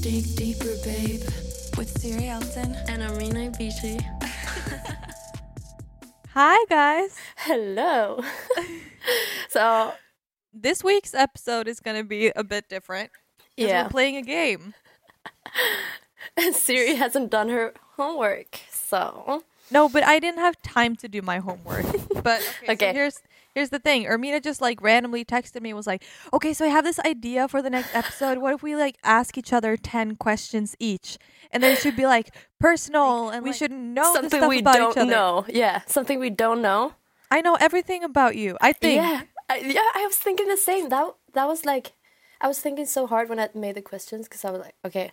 Dig deeper, babe. with Siri Elton. And Amina Beatty. Hi, guys. Hello. so This week's episode is going to be a bit different. 'cause yeah, We're playing a game. Siri hasn't done her homework. So No, but I didn't have time to do my homework. But okay, so Okay. here's here's the thing. Ermina just like randomly texted me and was like, "Okay, so I have this idea for the next episode. What if we like ask each other 10 questions each? And then it should be like personal and we should know the something stuff we about don't each other. know. Yeah, something we don't know. I know everything about you. I think Yeah, I, yeah. I was thinking the same. That that was like, I was thinking so hard when I made the questions because I was like, okay,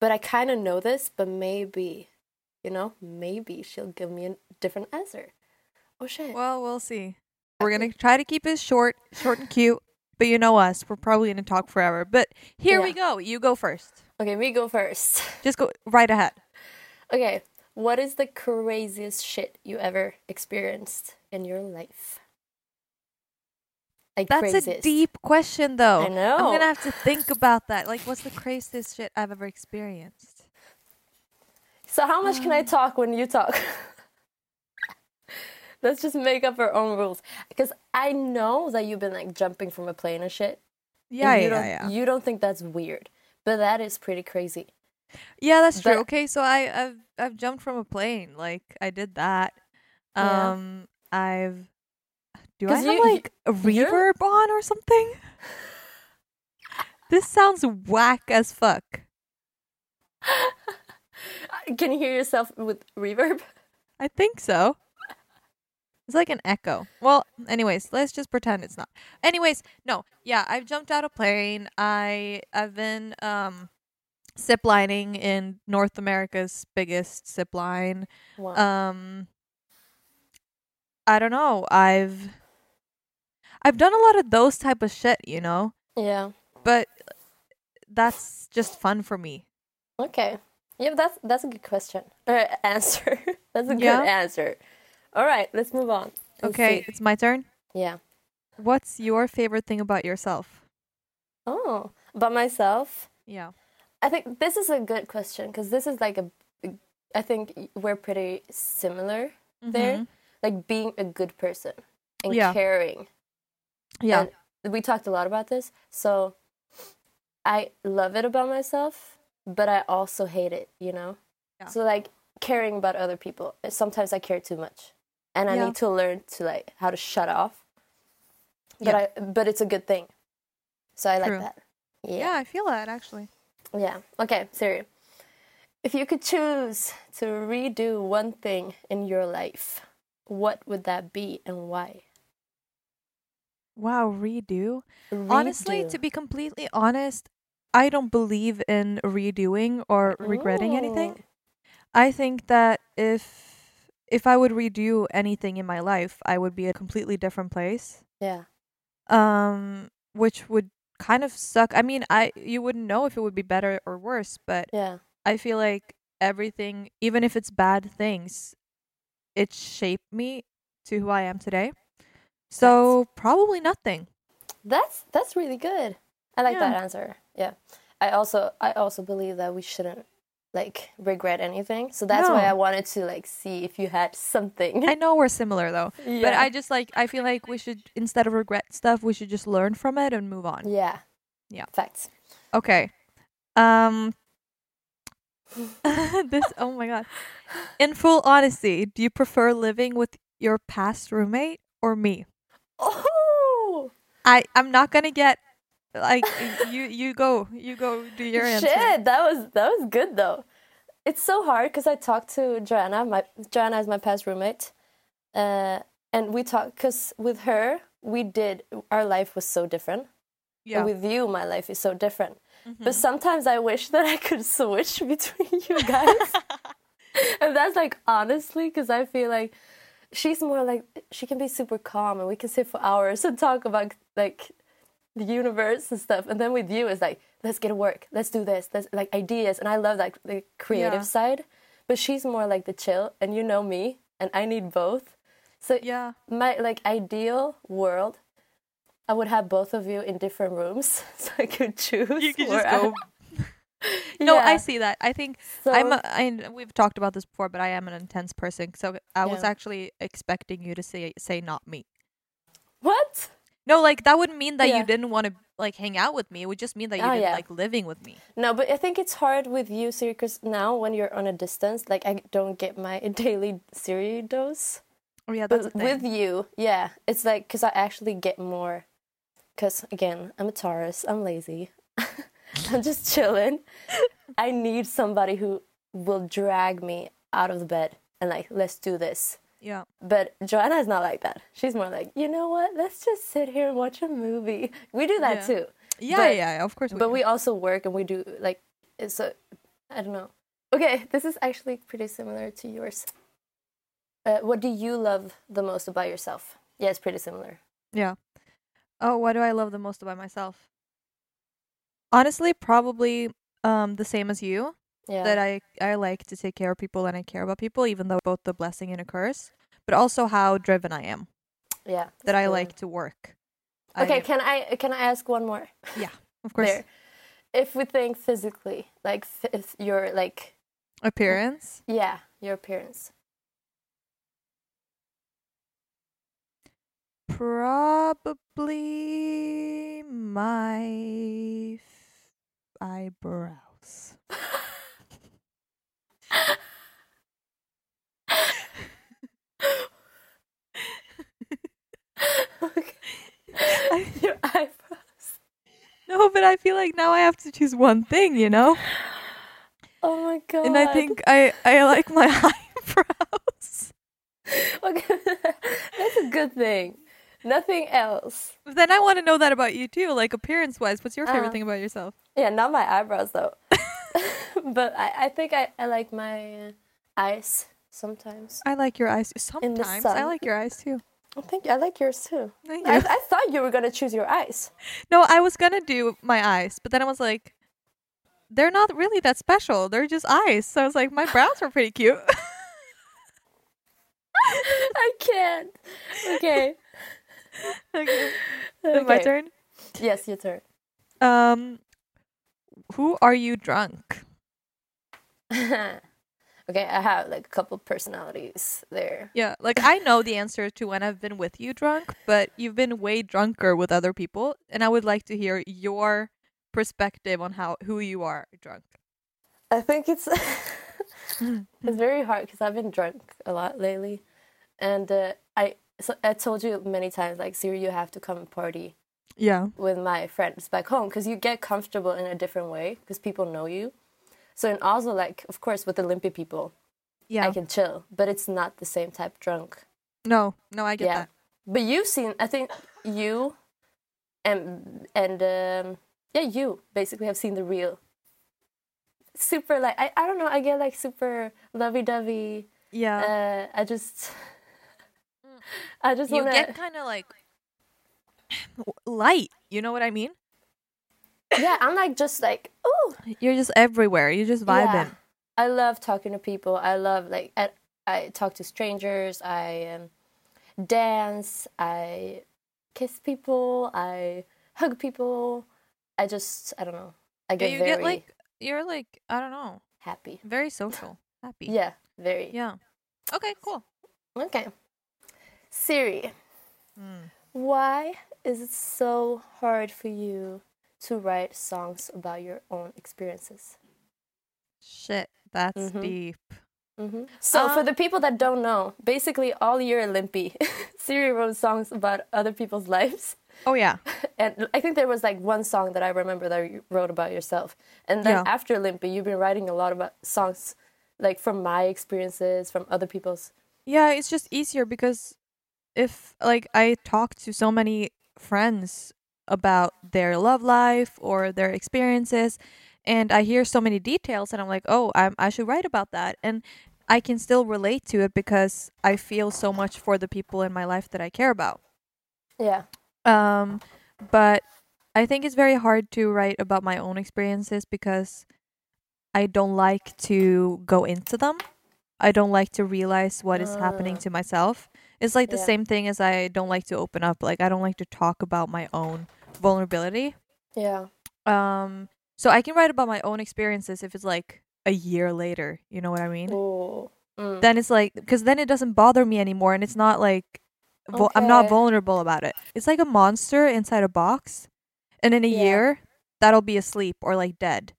but I kind of know this, but maybe, you know, maybe she'll give me a different answer. Oh shit. Well, we'll see. We're Uh, gonna try to keep it short, short and cute. But you know us, we're probably gonna talk forever. But here we Yeah. go. You go first. Okay, me go first. Just go right ahead. Okay, what is the craziest shit you ever experienced in your life? Like That's a craziest. deep question, though. I'm know. gonna have to think about that. Like, what's the craziest shit I've ever experienced? So how much can I talk when you talk? Let's just make up our own rules. Because I know that you've been like jumping from a plane and shit. and Yeah, you yeah, don't, yeah. You don't think that's weird, but that is pretty crazy. Yeah, that's true. But- okay, so I, I've I've jumped from a plane. Like, I did that. Yeah. Um, I've. Do I 'Cause have you- like a you're- reverb on or something? this sounds whack as fuck. Uh, Can you hear yourself with reverb? I think so. It's like an echo. Well, anyways, let's just pretend it's not. Anyways, no, yeah, I've jumped out of plane. I I've been um zip lining in North America's biggest zip line. Wow. Um I don't know. I've I've done a lot of those type of shit, you know, yeah. but that's just fun for me. Okay. Yeah, that's that's a good question. Uh, answer. that's a Yeah. good answer. All right, let's move on. Let's Okay, see. it's my turn. Yeah. What's your favorite thing about yourself? Oh, by myself. Yeah. I think this is a good question because this is like a, I think we're pretty similar Mm-hmm. there. Like being a good person and Yeah. caring. Yeah. And we talked a lot about this. So I love it about myself, but I also hate it, you know? Yeah. So like caring about other people. eh, Sometimes I care too much. And I Yeah. need to learn to like how to shut off. But Yeah. I but it's a good thing. So I like True. that. Yeah, I feel that actually. Yeah. Okay, Siri. If you could choose to redo one thing in your life, what would that be and why? Wow, redo. Honestly, Redo. to be completely honest, I don't believe in redoing or regretting anything. I think that if if I would redo anything in my life, I would be at a completely different place. Yeah. Um which would kind of suck. I mean, I you wouldn't know if it would be better or worse, but Yeah. I feel like everything, even if it's bad things, it shaped me to who I am today. So probably nothing. That's that's really good. I like Yeah. that answer. Yeah. I also I also believe that we shouldn't like regret anything. So that's why No. I wanted to like see if you had something. I know we're similar though, but Yeah. I just like I feel like we should instead of regret stuff, we should just learn from it and move on. yeah. Yeah. Facts. Okay. Um this oh my god. In full honesty, do you prefer living with your past roommate or me? Oh I I'm not going to get like you you go you go do your answer. Shit, that was that was good though. It's so hard because I talked to Joanna. My Joanna is my past roommate, uh, and we talked because with her we did our life was so different. Yeah. Mm-hmm. With you, my life is so different. But sometimes I wish that I could switch between you guys, and that's like honestly because I feel like she's more like she can be super calm and we can sit for hours and talk about like the universe and stuff. And then with you, it's like, let's get to work, let's do this, let's like ideas. And I love that the creative Yeah. side, but she's more like the chill. And you know me, and I need both. So Yeah. my like ideal world, I would have both of you in different rooms, so I could choose. You can where just I- go No, I Yeah, see that. I think so, I'm. A, I am we have talked about this before, but I am an intense person. So I was Yeah. actually expecting you to say say not me. what? No, like that wouldn't mean that Yeah. you didn't want to like hang out with me. It would just mean that you Oh, didn't yeah. like living with me. No, but I think it's hard with you, Siri, because now when you're on a distance, like I don't get my daily Siri dose. Oh yeah, that's But the thing. with you, yeah, it's like because I actually get more. Because again, I'm a Taurus. I'm lazy. I'm just chilling. I need somebody who will drag me out of the bed and like, let's do this. yeah. But Joanna is not like that. She's more like, you know what? Let's just sit here and watch a movie. We do that Yeah. too. Yeah, But- yeah, of course. We But do. we also work and we do like it's a I don't know. Okay, this is actually pretty similar to yours. Uh, what do you love the most about yourself? Yeah, it's pretty similar. Yeah. Oh, what do I love the most about myself? Honestly, probably um the same as you. Yeah. That I I like to take care of people and I care about people, even though both the blessing and a curse. But also how driven I am. yeah. That I Mm. like to work. I- Okay, can I can I ask one more? of course, There. If we think physically, like f- if your like appearance. yeah, your appearance. Probably my f- eyebrows. okay. I- your eyebrows. no, but I feel like now I have to choose one thing, you know? Oh my god. And I think I, I like my eyebrows. okay, that's a good thing. Nothing else. But then I want to know that about you too, like appearance wise. What's your favorite Uh. thing about yourself? Yeah, not my eyebrows though. but I, I think I, I like my uh, eyes sometimes. I like your eyes. Sometimes I sun. like your eyes too. I think I like yours too. Thank I, you. I thought you were gonna choose your eyes. No, I was gonna do my eyes, but then I was like, they're not really that special. They're just eyes. So I was like, my brows are pretty cute. I can't. Okay. okay. then My Okay. turn. Yes, your turn. Um, who are you drunk? okay, I have like a couple personalities there. Yeah, like I know the answer to when I've been with you drunk, but you've been way drunker with other people, and I would like to hear your perspective on how who you are drunk. I think it's it's very hard because I've been drunk a lot lately, and uh, I so I told you many times like Siri, you have to come and party Yeah. with my friends back home because you get comfortable in a different way because people know you. So and also like of course with Olympia people, Yeah. I can chill, but it's not the same type drunk. no, no, I get yeah, that. but you've seen I think you and and um, yeah you basically have seen the real. Super like I, I don't know I get like super lovey dovey Yeah. uh, I just, I just you want to. get kind of like light. You know what I mean? Yeah, I'm like just like oh, You're just everywhere. You're just vibing. yeah. I love talking to people. I love like I, I talk to strangers. I um, dance. I kiss people. I hug people. I just I don't know. I Yeah, get you very get like you're like I don't know, happy. very social, happy. Yeah, very. Yeah. Okay. Cool. Okay. Siri, Hmm. why is it so hard for you to write songs about your own experiences? Shit, that's Mhm. deep. So, for Um, the people that don't know, basically all year in Limpy, Siri wrote songs about other people's lives. Oh yeah. And I think there was like one song that I remember that you wrote about yourself. And then Yeah. after Limpy, you've been writing a lot about songs like from my experiences, from other people's. Yeah, it's just easier because if like I talk to so many friends about their love life or their experiences and I hear so many details and I'm like, "Oh, I I should write about that." And I can still relate to it because I feel so much for the people in my life that I care about. Yeah. Um, but I think it's very hard to write about my own experiences because I don't like to go into them. I don't like to realize what is happening Ah. to myself. It's like the Yeah. same thing as I don't like to open up. Like I don't like to talk about my own vulnerability. Yeah. Um, So I can write about my own experiences if it's like a year later. You know what I mean? Ooh. Mm. Then it's like because then it doesn't bother me anymore, and it's not like vul- I'm not Okay. vulnerable about it. It's like a monster inside a box, and in a Yeah. year that'll be asleep or like dead.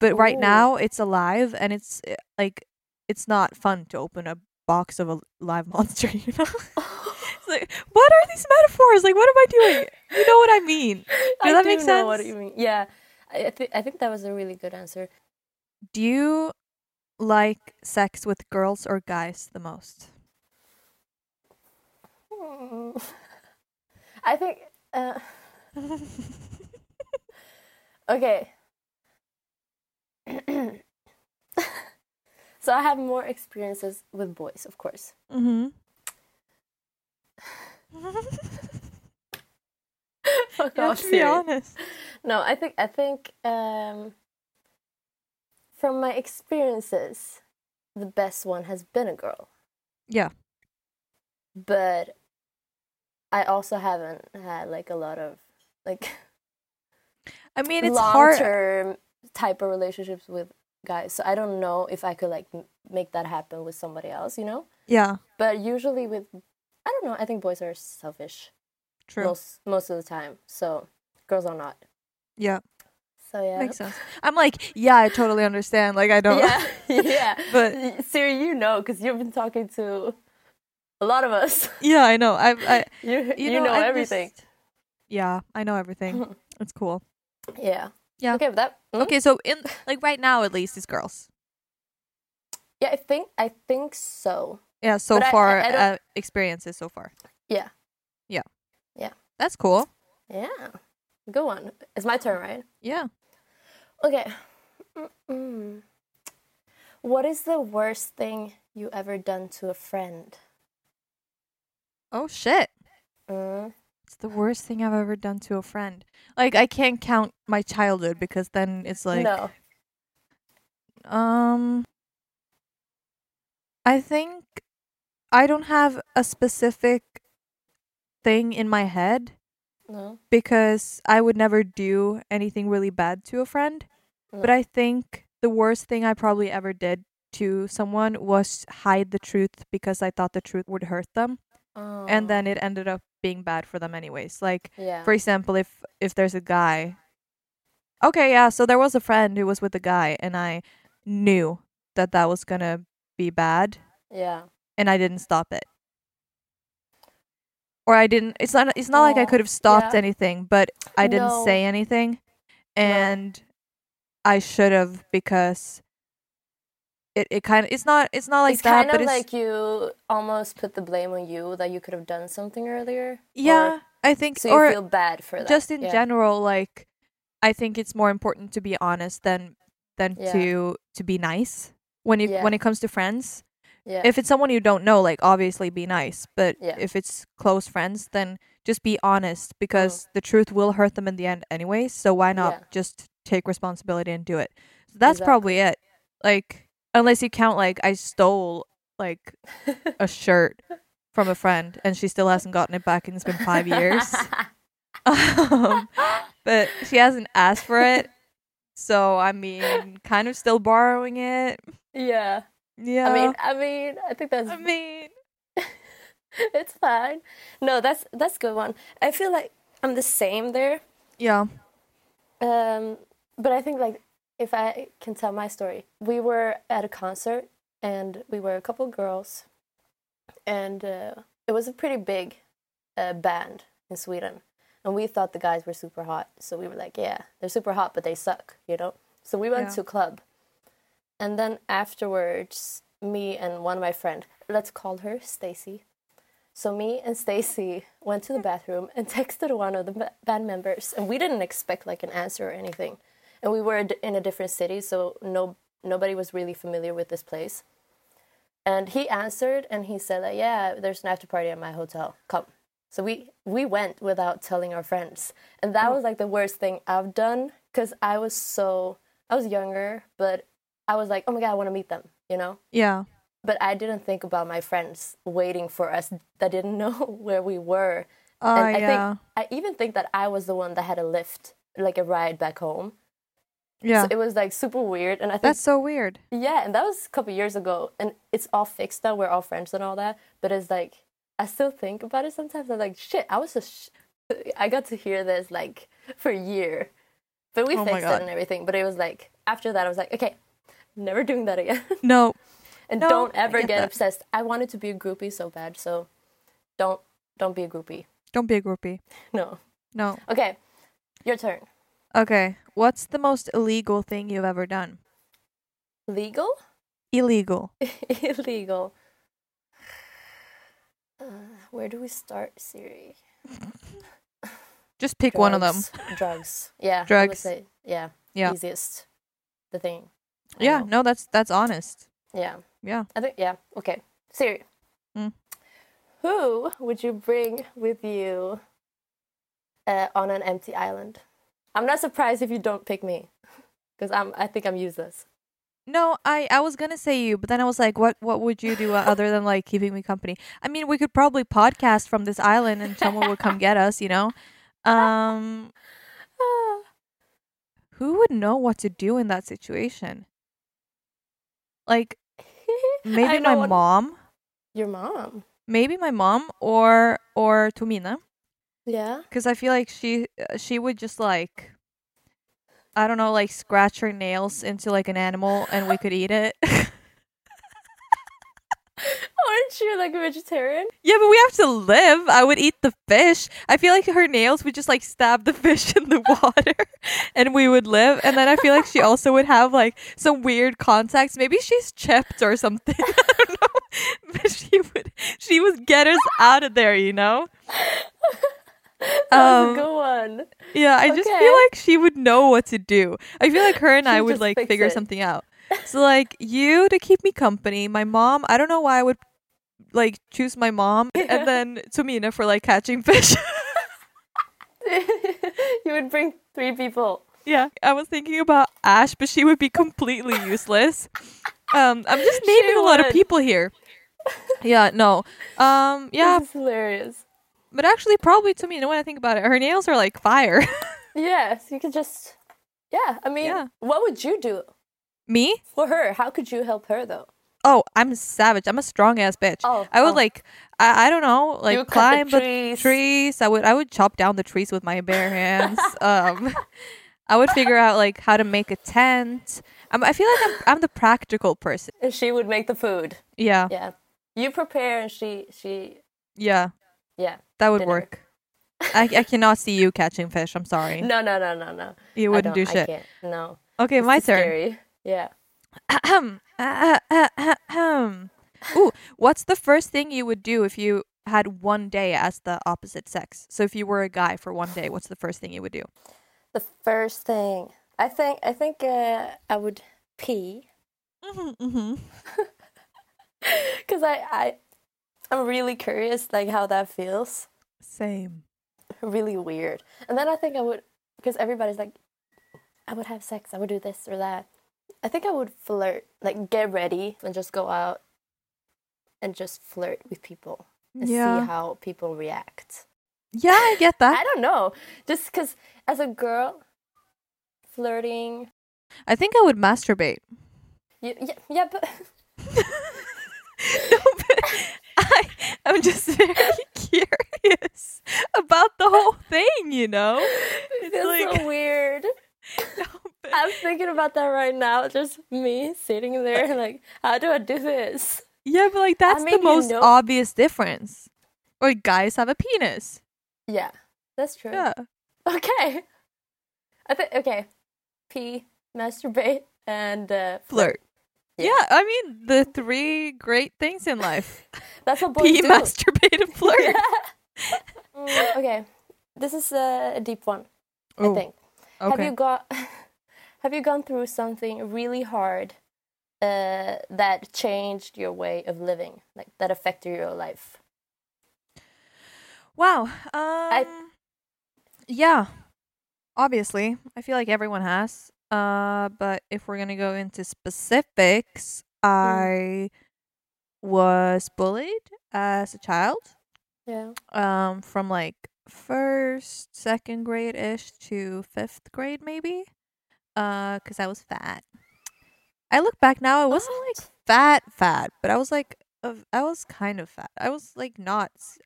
But right Ooh. now it's alive, and it's eh, like it's not fun to open a box of a live monster. You know, it's like what are these metaphors? Like what am I doing? You know what I mean? I that do make know what sense? you mean. Yeah. I, I, thi- I think that was a really good answer. Do you like sex with girls or guys the most? Mm. I think. Uh, okay. so I have more experiences with boys, of course. Mm-hmm. Fuck off, to be serious. honest. No, I think I think um, from my experiences, the best one has been a girl. Yeah. But I also haven't had like a lot of like I mean, it's long hard. term type of relationships with guys. So I don't know if I could like m- make that happen with somebody else, you know. Yeah, But usually with I don't know. I think boys are selfish true. most most of the time. So girls are not. Yeah, So yeah. makes sense. I'm like, yeah, I totally understand. Like, I don't. Yeah, yeah. But- Y- Siri, you know, because you've been talking to a lot of us. yeah, I know. I've, I, You you, you know, I'm everything. just- yeah, I know everything. it's cool. Yeah. Yeah. Okay, but that. mm, Okay, so in like right now, at least, it's girls. Yeah, I think I think so. Yeah, so But I- I- far I don't- uh, experiences so far. Yeah. Yeah. Yeah. That's cool. Yeah. Good one. It's my turn, right? Yeah. Okay. Mm-mm. What is the worst thing you ever done to a friend? Oh shit. Mm. It's the worst thing I've ever done to a friend. Like I can't count my childhood because then it's like no. um I think I don't have a specific thing in my head No. because I would never do anything really bad to a friend. But No. I think the worst thing I probably ever did to someone was hide the truth because I thought the truth would hurt them Oh, and then it ended up being bad for them anyways. Like Yeah. for example if if there's a guy okay yeah so there was a friend who was with a guy and i knew that that was gonna be bad yeah. and i didn't stop it or i didn't it's not it's not like i Aw, could have stopped yeah. anything but i didn't No. say anything and i should have because it, it kind of it's not it's not like it's that kind but of it's like you almost put the blame on you that you could have done something earlier. or- yeah i think so you or feel bad for that. just in yeah. general like i think it's more important to be honest than than Yeah. to to be nice when it Yeah. when it comes to friends Yeah. if it's someone you don't know like obviously be nice but Yeah. Mm. if it's close friends then just be honest because the truth will hurt them in the end anyway so why not Yeah. just take responsibility and do it so that's Exactly. probably it like unless you count like i stole like a shirt from a friend and she still hasn't gotten it back and it's been five years um, but she hasn't asked for it. So I mean, kind of still borrowing it. yeah. Yeah. I mean, I mean, I think that's I mean, it's fine. No, that's that's a good one. I feel like I'm the same there. yeah. Um, but I think like if I can tell my story, we were at a concert and we were a couple girls, and uh, it was a pretty big uh, band in Sweden, and we thought the guys were super hot, so we were like, yeah, they're super hot, but they suck, you know. So we went Yeah. to a club, and then afterwards, me and one of my friend, let's call her Stacy. So me and Stacy went to the bathroom and texted one of the ba- band members, and we didn't expect like an answer or anything. And we were d- in a different city, so no nobody was really familiar with this place. And he answered, and he said that yeah, there's an after party at my hotel. Come. So we we went without telling our friends, and Hmm. that was like the worst thing I've done because I was so I was younger, but I was like, oh my god, I want to meet them, you know Yeah. but I didn't think about my friends waiting for us that didn't know where we were. Uh, and I yeah. think I even think that I was the one that had a lift, like a ride back home. Yeah. So it was like super weird, and I think That's so weird. yeah, and that was a couple years ago, and it's all fixed now. We're all friends and all that, but it's like I still think about it sometimes. I'm like, shit, I was just, sh- I got to hear this like for a year, but we Oh my fixed it God. and everything. But it was like after that, I was like, okay, never doing that again, No. and No, don't I ever get get that. obsessed. I wanted to be a groupie so bad, so don't don't be a groupie. Don't be a groupie. No, No. okay, your turn. Okay. What's the most illegal thing you've ever done? Legal, Illegal. illegal. Uh, where do we start, Siri? Just pick one of them. Drugs. Drugs. Yeah. I would Drugs. say- yeah. Yeah. Easiest. The thing. I Yeah. know. No, that's that's honest. Yeah. Yeah. I think. Yeah. Okay. Siri. Mm. Who would you bring with you uh, on an empty island? I'm not surprised if you don't pick me, because I'm. I think I'm useless. No, I I was gonna say you, but then I was like, what what would you do uh, other than like keeping me company? I mean, we could probably podcast from this island, and someone would come get us. You know, um, Ah. who would know what to do in that situation? Like I maybe know my what- mom, Your mom. maybe my mom or or Tumina, Yeah. because I feel like she uh, she would just like. I don't know, like scratch her nails into like an animal, and we could eat it. Aren't you like a vegetarian? Yeah, but we have to live. I would eat the fish. I feel like her nails would just like stab the fish in the water and we would live. And then I feel like she also would have like some weird contacts. Maybe she's chipped or something. I don't know. But she would she would get us out of there, you know? That was a Um, good one. Yeah, I just Okay. feel like she would know what to do. I feel like her and She'd I would just like fix figure it. something out. So like you to keep me company, my mom. I don't know why I would like choose my mom, and then Tomina for like catching fish. you would bring three people. yeah, I was thinking about Ash, but she would be completely useless. Um, I'm just She naming a lot of would. people here. Yeah, no. Um, yeah, This is hilarious. but actually, probably Tomina. When I think about it, her nails are like fire. Yes, you could just. Yeah, I mean, Yeah. what would you do me? for her? How could you help her though? Oh, I'm savage. I'm a strong ass bitch. Oh, I would oh. like I, I don't know, like You would cut the climb the trees. trees. I would I would chop down the trees with my bare hands. um I would figure out like how to make a tent. I'm, I feel like I'm I'm the practical person. And she would make the food. Yeah. Yeah. Yeah, you prepare, and she she yeah. that would Dinner. work. I I cannot see you catching fish. I'm sorry. No, no, no, no, no. you I wouldn't do don't- I shit. can't. No, Okay, my It's turn. Scary. Yeah. Ahem. Ah, ah, ah, ahem. Ooh, what's the first thing you would do if you had one day as the opposite sex? So if you were a guy for one day, what's the first thing you would do? The first thing I think I think uh, I would pee Mm-hmm. because I I I'm really curious like how that feels. Same. really weird. And then I think I would, because everybody's like, I would have sex, I would do this or that. I think I would flirt, like get ready and just go out and just flirt with people and Yeah. see how people react. Yeah, I get I that. don't know, just because as a girl, flirting, I think I would masturbate. you, yeah, yeah, but no, but I, I'm just very curious about the whole thing, you know? it feels like- so weird. No, but I'm thinking about that right now, just me sitting there, like, how do I do this? yeah, but like that's mean, the you most know- obvious difference. Or guys have a penis. Yeah, that's true. Yeah. Okay. I think okay. Pee, masturbate, and uh, flirt. Yeah. Yeah. I mean the three great things in life: that's what boys pee, do. masturbate, and flirt. Mm, okay, this is uh, a deep one. Ooh, I think. Okay. Have you got? have you gone through something really hard uh, that changed your way of living, like that affected your life? wow. Um, yeah. Obviously, I feel like everyone has. Uh, but if we're gonna go into specifics, Mm. I was bullied as a child. Yeah. Um, from like first, second grade ish to fifth grade, maybe. uh, because I was fat. I look back now, I wasn't like What? fat, fat, but I was like, of I was kind of fat. I was like not. s-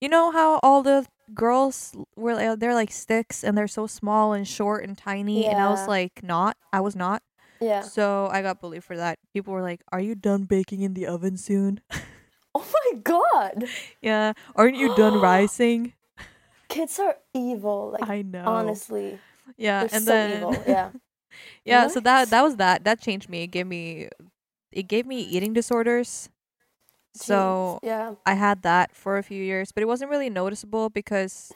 You know how all the girls were like, they're like sticks and they're so small and short and tiny, and I was Yeah. like not. I was not. Yeah. So I got bullied for that. People were like, "Are you done baking in the oven soon?" Oh my god. yeah. Aren't you done rising? Kids are evil. Like I know. honestly. Yeah. They're and so then evil. Yeah. yeah. So that What? that was that. That changed me. It gave me it gave me eating disorders. So Jeez. yeah. I had that for a few years, but it wasn't really noticeable because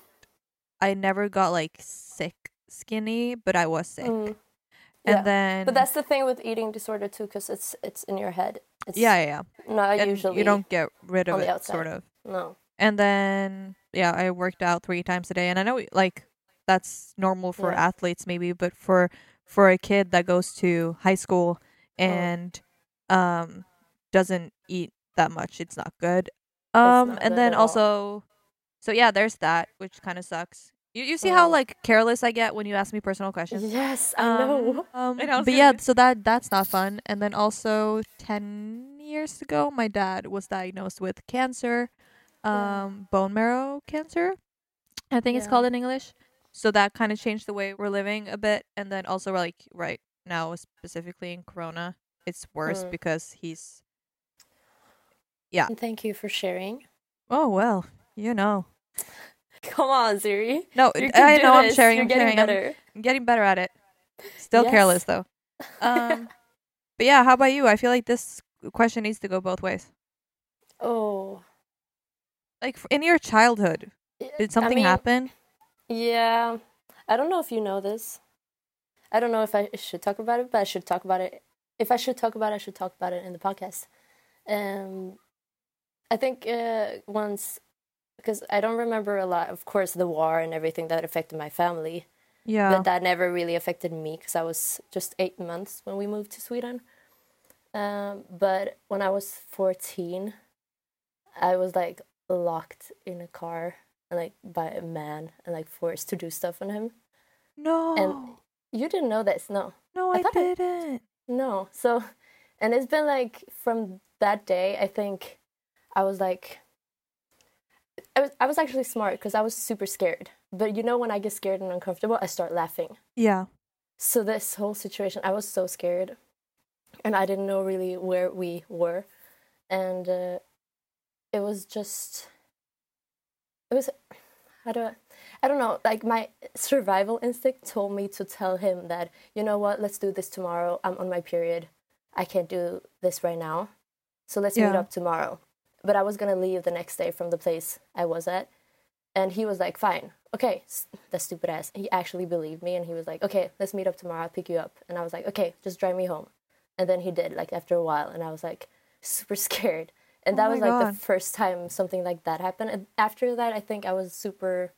I never got like sick skinny, but I was sick. Mm. And Yeah. then But that's the thing with eating disorder too, because it's it's in your head. It's yeah, yeah, yeah. Not And usually. you don't get rid of on the it outside. sort of. No. And then yeah, I worked out 3 times a day and I know like that's normal for Yeah. athletes maybe, but for for a kid that goes to high school Uh-huh. and um doesn't eat that much, it's not good. Um not and good then at all. also so yeah, there's that which kind of sucks. You you see how Mm. like careless I get when you ask me personal questions. Yes, I Um, know. um, I know, I was but gonna yeah, say- so that that's not fun. And then also, ten years ago, my dad was diagnosed with cancer, Yeah. um, bone marrow cancer. I think it's Yeah. called in English. So that kind of changed the way we're living a bit. And then also, like right now, specifically in Corona, it's worse Mm. because he's. And thank you for sharing. Oh well, you know. Come on, Ziri. No, You can I do know. I'm this. sharing. You're I'm getting sharing. I'm- better. I'm getting better at it. Still Yes. careless though. Um, but yeah, how about you? I feel like this question needs to go both ways. Oh. Like f- in your childhood, I did something mean, happen? Yeah. I don't know if you know this. I don't know if I should talk about it, but I should talk about it. If I should talk about it, I should talk about it in the podcast. Um, I think uh, once, because I don't remember a lot, of course, the war and everything that affected my family, Yeah. but that never really affected me because I was just eight months when we moved to Sweden. Um, but when I was 14, I was like locked in a car and like by a man and like forced to do stuff on him. No. You didn't know this, no. no, I I, thought I- didn't. No. So, and it's been like from that day, I think I was like, I was, I was actually smart because I was super scared. But you know, when I get scared and uncomfortable, I start laughing. Yeah. So, this whole situation, I was so scared and I didn't know really where we were. And uh, it was just, it was, how do I, I don't know, like my survival instinct told me to tell him that, you know what, let's do this tomorrow. I'm on my period. I can't do this right now. So let's meet Yeah. up tomorrow. But I was going to leave the next day from the place I was at. And he was like, fine, okay, s- that stupid ass. He actually believed me and he was like, okay, let's meet up tomorrow. I'll pick you up. And I was like, okay, just drive me home. And then he did, like after a while. And I was like, super scared. And Oh that my was like God. the first time something like that happened. And after that, I think I was super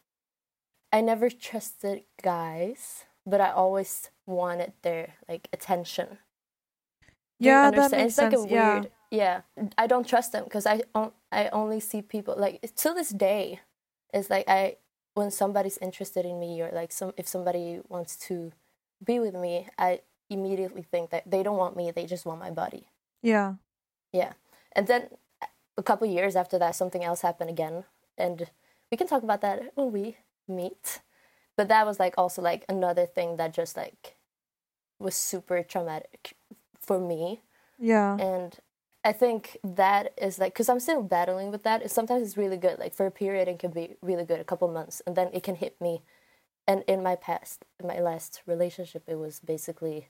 I never trusted guys, but I always wanted their like attention. Do you Yeah, that understand? makes it's like sense. a yeah. weird. Yeah, I don't trust them because I on, I only see people like to this day. It's like I when somebody's interested in me or like some if somebody wants to be with me, I immediately think that they don't want me. They just want my body. Yeah. Yeah. And then a couple years after that, something else happened again. And we can talk about that when we meet. But that was like also like another thing that just like was super traumatic for me. Yeah. And I think that is like, because I'm still battling with that. Sometimes it's really good. Like for a period, it can be really good, a couple months. And then it can hit me. And in my past, my last relationship, it was basically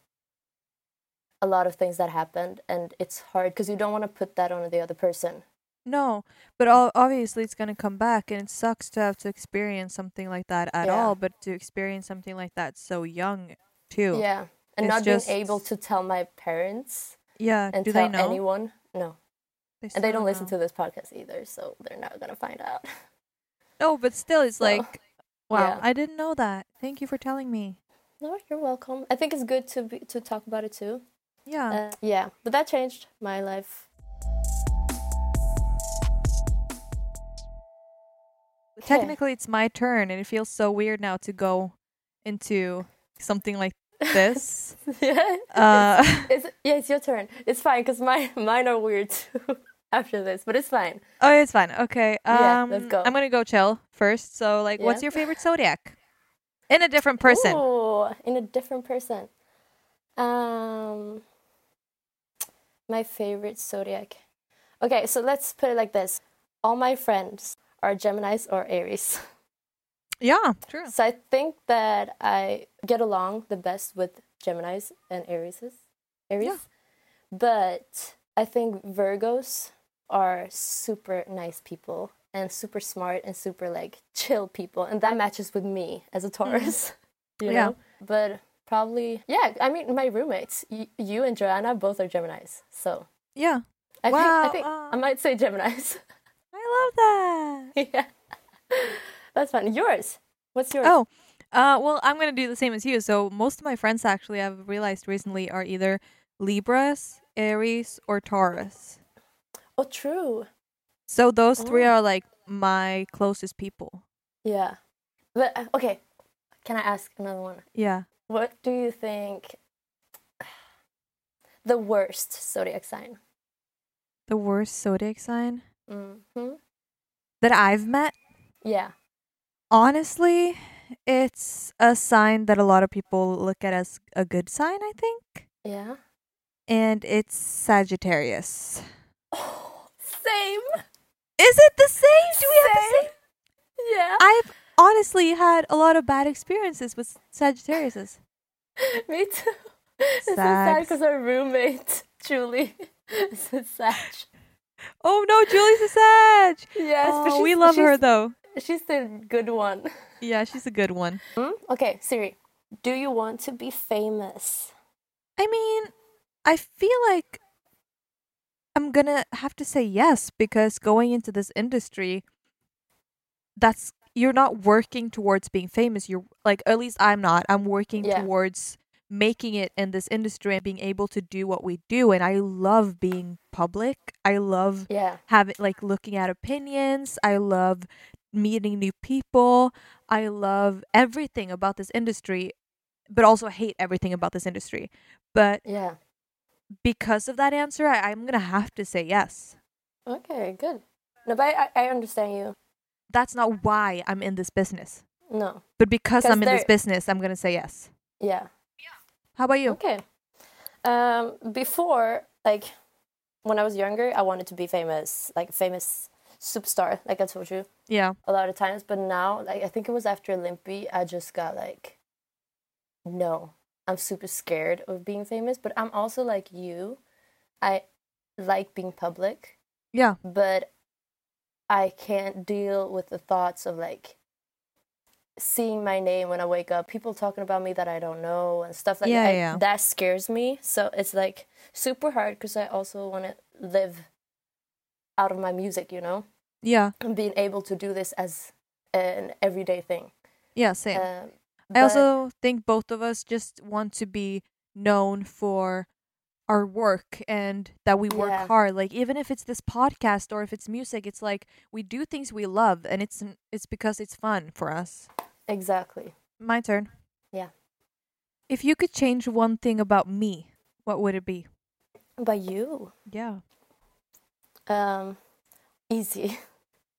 a lot of things that happened. And it's hard because you don't want to put that on the other person. No, but all, obviously it's going to come back and it sucks to have to experience something like that at Yeah. all, but to experience something like that so young too. Yeah, and It's not just- being able to tell my parents Yeah, and do tell they know? anyone. No, still and they don't listen to this podcast either, so they're not gonna find out. No, Oh, but still it's So, like wow, yeah. I didn't know that. Thank you for telling me. No, you're welcome. I think it's good to be, to talk about it too. Yeah. Uh, yeah, but that changed my life. Okay. technically it's my turn and it feels so weird now to go into something like this. yeah. Uh, It's yeah, it's your turn. It's fine because my mine are weird too after this, but it's fine. oh, it's fine. Okay. Um, Yeah, let's go. I'm gonna go chill first. So, like, what's Yeah. your favorite zodiac? In a different person. Ooh, in a different person. Um, my favorite zodiac. Okay, so let's put it like this: all my friends are Gemini's or Aries. Yeah, true. So I think that I get along the best with Geminis and Arieses. Aries. Yeah. But I think Virgos are super nice people and super smart and super like chill people and that matches with me as a Taurus. you Mm-hmm. Yeah. know? But probably yeah, I mean my roommates, y- you and Joanna both are Geminis. So Yeah, I think I Wow, think uh. I might say Geminis. I love that. yeah. That's fun. Yours. What's yours? Oh, uh, well, I'm gonna do the same as you. So most of my friends actually I've realized recently are either Libras, Aries, or Taurus. oh true. So those three Oh. are like my closest people. Yeah. But uh, okay, can I ask another one? Yeah. What do you think the worst zodiac sign? The worst zodiac sign Mm-hmm. that I've met, Yeah. honestly, it's a sign that a lot of people look at as a good sign, I think. Yeah. And it's Sagittarius. Oh, same. Is it the same? Do we have the Same. same? Yeah. I've honestly had a lot of bad experiences with Sagittarius. Me too. It's so sad Sags. because our roommate Julie is a Sag. Oh no, Julie's a Sag. Yes, but Oh, she's, we love her she's- though. She's the good one. Yeah, she's a good one. Hmm? Okay, Siri. Do you want to be famous? I mean, I feel like I'm gonna have to say yes because going into this industry, that's you're not working towards being famous. You're like, at least I'm not. I'm working Yeah. towards making it in this industry and being able to do what we do. And I love being public. I love Yeah. having like looking at opinions. I love meeting new people. I love everything about this industry, but also hate everything about this industry. But Yeah. because of that answer, I, I'm gonna have to say yes. Okay, good. No, but I, I I understand you. That's not why I'm in this business, No. but because 'Cause I'm in this there- business, I'm gonna say yes. Yeah. How about you? Okay. Um, before, like, when I was younger, I wanted to be famous, like a famous superstar, like I told you Yeah, a lot of times. But now, like, I think it was after Olympi, I just got like, no, I'm super scared of being famous. But I'm also like you, I like being public, yeah, but I can't deal with the thoughts of like seeing my name when I wake up, people talking about me that I don't know and stuff like Yeah, that. yeah. That scares me. So it's like super hard because I also want to live out of my music, you know, yeah, and being able to do this as an everyday thing. yeah. Same. Um, I but- also think both of us just want to be known for our work and that we work Yeah. hard. Like even if it's this podcast or if it's music, it's like we do things we love and it's n- it's because it's fun for us. exactly. My turn. Yeah. If you could change one thing about me, what would it be? By you. Yeah. Um, easy.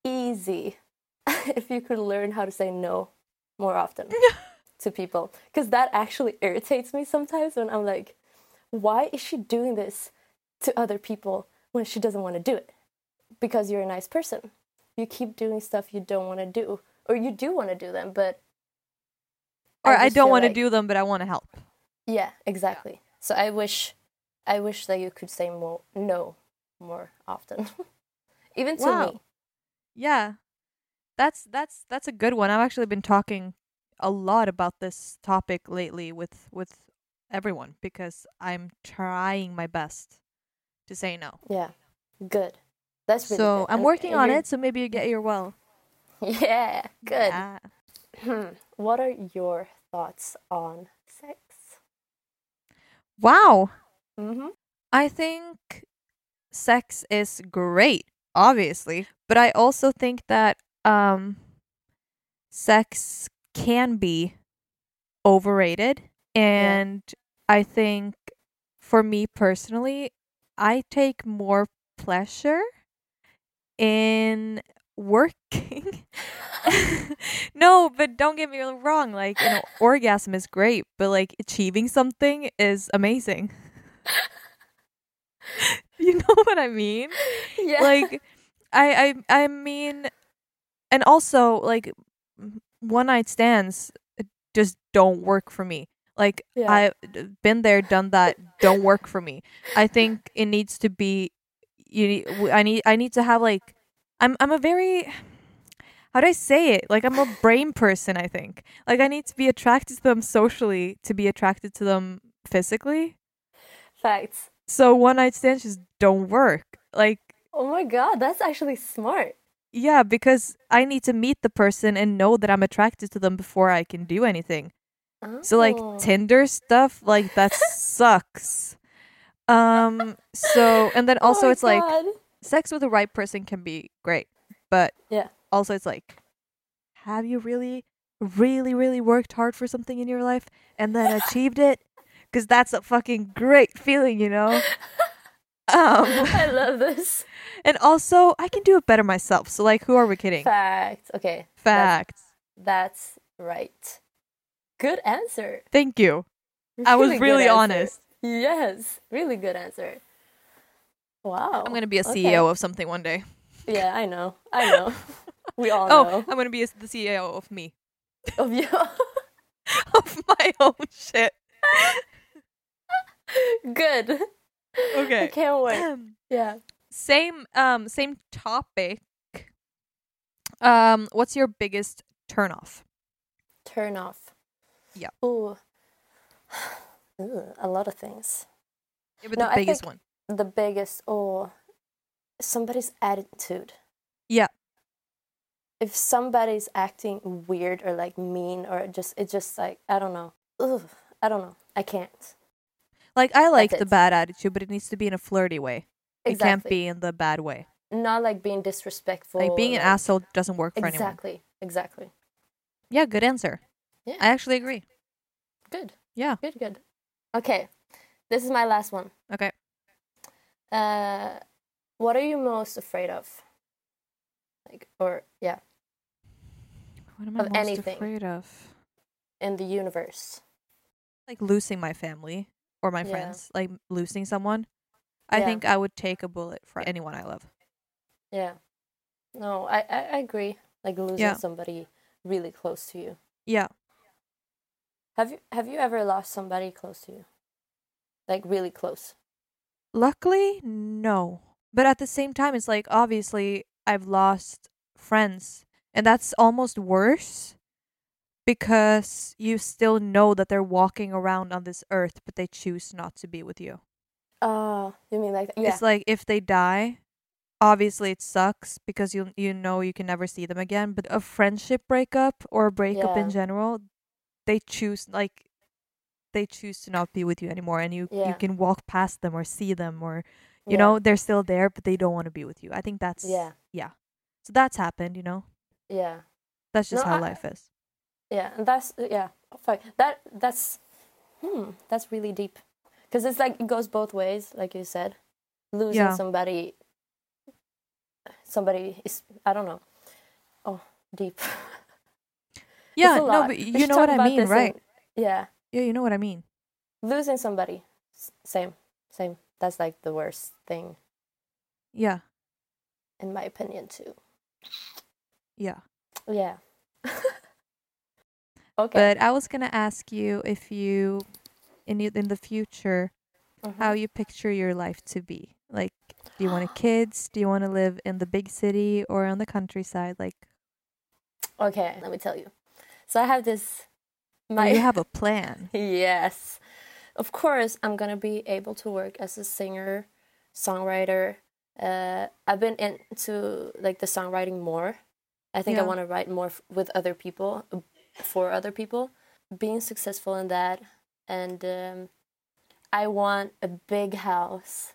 Easy. if you could learn how to say no more often to people. Because that actually irritates me sometimes when I'm like, why is she doing this to other people when she doesn't want to do it? Because you're a nice person. You keep doing stuff you don't want to do, or you do want to do them, but. Or I, just don't feel want to like- do them, but I want to help. Yeah, exactly. So I wish, I wish that you could say more no more often, even to Wow. me. Yeah. That's that's that's a good one. I've actually been talking a lot about this topic lately with with everyone because I'm trying my best to say no. Yeah, good. That's really so good. I'm And- working and on you're- it, so maybe you get your well. Yeah, good. Yeah. Hmm. What are your thoughts on sex? Wow. Mm-hmm. I think sex is great, obviously, but I also think that um sex can be overrated And I think for me personally, I take more pleasure in working. no, but don't get me wrong. Like, an orgasm is great, but like achieving something is amazing. you know what I mean? yeah. like I, I i mean and also like one night stands just don't work for me like Yeah. i've been there done that don't work for me i think it needs to be you need, w- i need i need to have like i'm i'm a very how do i say it like i'm a brain person i think like i need to be attracted to them socially to be attracted to them physically facts. so one night stands just don't work like Oh my god, that's actually smart. Yeah, because I need to meet the person and know that I'm attracted to them before I can do anything. So like Oh. Tinder stuff, like that sucks. Um so and then Oh also my it's like God. sex with the right person can be great, but Yeah. Also it's like have you really really really worked hard for something in your life and then achieved it? Cuz that's a fucking great feeling, you know. Um I love this. and also I can do it better myself. So like who are we kidding? Facts. Okay. That's- Facts. That's right. Good answer. Thank you. I was good really answer. honest. Yes, really good answer. Wow. I'm gonna be a Oh, Okay. CEO of something one day. Yeah, I know. I know. we all Oh, know. I'm gonna be a, the CEO of me, Of you. of my own shit. good. I Okay. Um, can't wait. Yeah. same um same topic. Um, what's your biggest turnoff? Turn off. Yeah. Ooh. Ooh, a lot of things. Yeah, but No, the I biggest think- one. The biggest, oh, somebody's attitude. Yeah. If somebody's acting weird or like mean or just, it's just like, I don't know. Ugh, I don't know. I can't. Like I like the it. bad attitude, but it needs to be in a flirty way. It can't be in the bad way. Not like being disrespectful. Like being an like- asshole doesn't work for anyone. Exactly. Exactly. Yeah, good answer. Yeah. I actually agree. Good. Yeah. Good, good. Okay. This is my last one. Okay. Uh, what are you most afraid of? Like, or, yeah, What am Of anything. afraid of? in the universe. like losing my family or my Yeah. friends, like losing someone, I Yeah. think I would take a bullet for anyone I love. Yeah. No, I, I, I agree. Like losing Yeah. somebody really close to you. Yeah. Have you have you ever lost somebody close to you? Like really close. Luckily, no. But at the same time, it's like obviously I've lost friends, and that's almost worse because you still know that they're walking around on this earth, but they choose not to be with you. Ah, you mean like that? Yeah. It's like if they die, obviously it sucks because you you know you can never see them again. But a friendship breakup or a breakup in Yeah. general, they choose like they choose to not be with you anymore, and you Yeah. you can walk past them or see them or you Yeah. know they're still there, but they don't want to be with you. I think that's Yeah. yeah. So that's happened, you know. Yeah. That's just No, how I- life is. Yeah, and that's yeah. Fuck that. That's hmm. That's really deep, because it's like it goes both ways, like you said. Losing Yeah. somebody, somebody is I don't know. Oh, deep. It's Yeah, a no, lot. but We you should know talk what I about mean, this in- right? yeah, Yeah, you know what I mean. losing somebody, S- same, same. That's like the worst thing Yeah, in my opinion too. yeah. Yeah. okay. But I was gonna ask you if you in you, in the future Mhm. how you picture your life to be. Like, do you want a kids? Do you want to live in the big city or on the countryside? Like, Okay. Let me tell you. So I have this. or you have a plan. Yes. Of course, I'm gonna be able to work as a singer, songwriter. Uh, I've been into like the songwriting more. I think I Yeah. want to write more f- with other people, for other people. Being successful in that, and um, I want a big house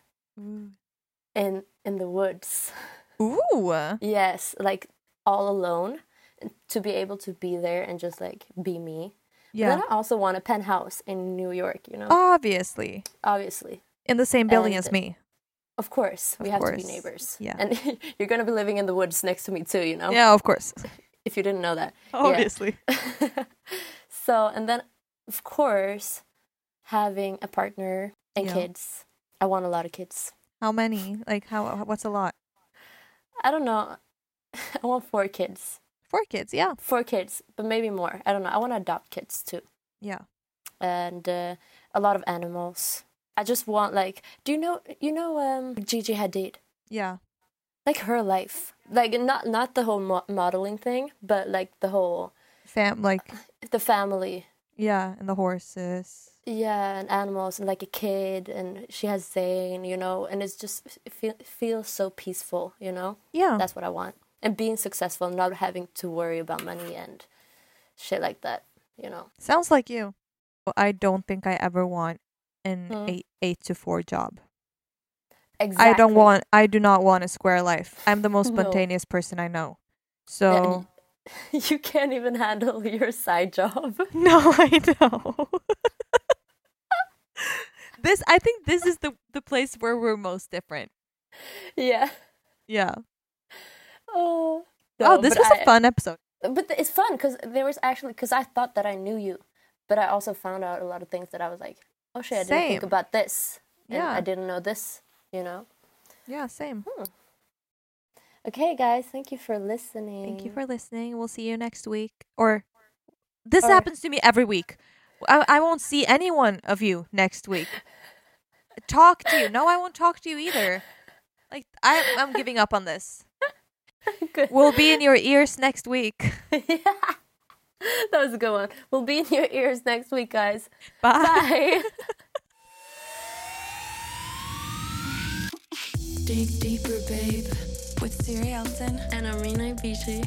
in in the woods. Ooh, uh, Yes, like all alone, to be able to be there and just like be me. But Yeah. Oh. Then I also want a penthouse in New York, you know? Obviously. Obviously. In the same building And- as me. Of course. we Of have to course. be neighbors. Yeah. And you're going to be living in the woods next to me too, you know? Yeah, of course. If you didn't know that. Obviously. so, and then of course, having a partner and Yeah. kids. I want a lot of kids. How many? Like how what's a lot? I don't know. I want four kids. Four kids, yeah. Four kids, but maybe more. I don't know. I want to adopt kids too. Yeah. and uh, a lot of animals. I just want like, do you know you know um Gigi Hadid? Yeah. Like her life, like not not the whole mo- modeling thing, but like the whole Fam like the family, yeah, and the horses. yeah, and animals, and like a kid, and she has Zayn, you know, and it's just it feel, it feels so peaceful, you know. Yeah. That's what I want, and being successful, not having to worry about money and shit like that, you know. Sounds like you. Well, I don't think I ever want an Mm. eight eight to four job. Exactly. I don't want I do not want a square life. I'm the most No. spontaneous person I know. Yeah, So you can't even handle your side job. No, I know. this I think this is the the place where we're most different. yeah. Yeah. Oh. oh, this but was a I- fun episode. But th- it's fun because there was actually because I thought that I knew you, but I also found out a lot of things that I was like, oh shit, I didn't think Same. about this. and Yeah. I didn't know this. You know. Yeah, same. Okay, guys, thank you for listening. Thank you for listening. We'll see you next week. Or this Or- happens to me every week. I, I won't see any one of you next week. Talk to you. No, I won't talk to you either. Like I I'm giving up on this. Good. We'll be in your ears next week. yeah. That was a good one. We'll be in your ears next week, guys. Bye. Bye. Dig deeper, babe. With Siri Elton. and Armina Beachy.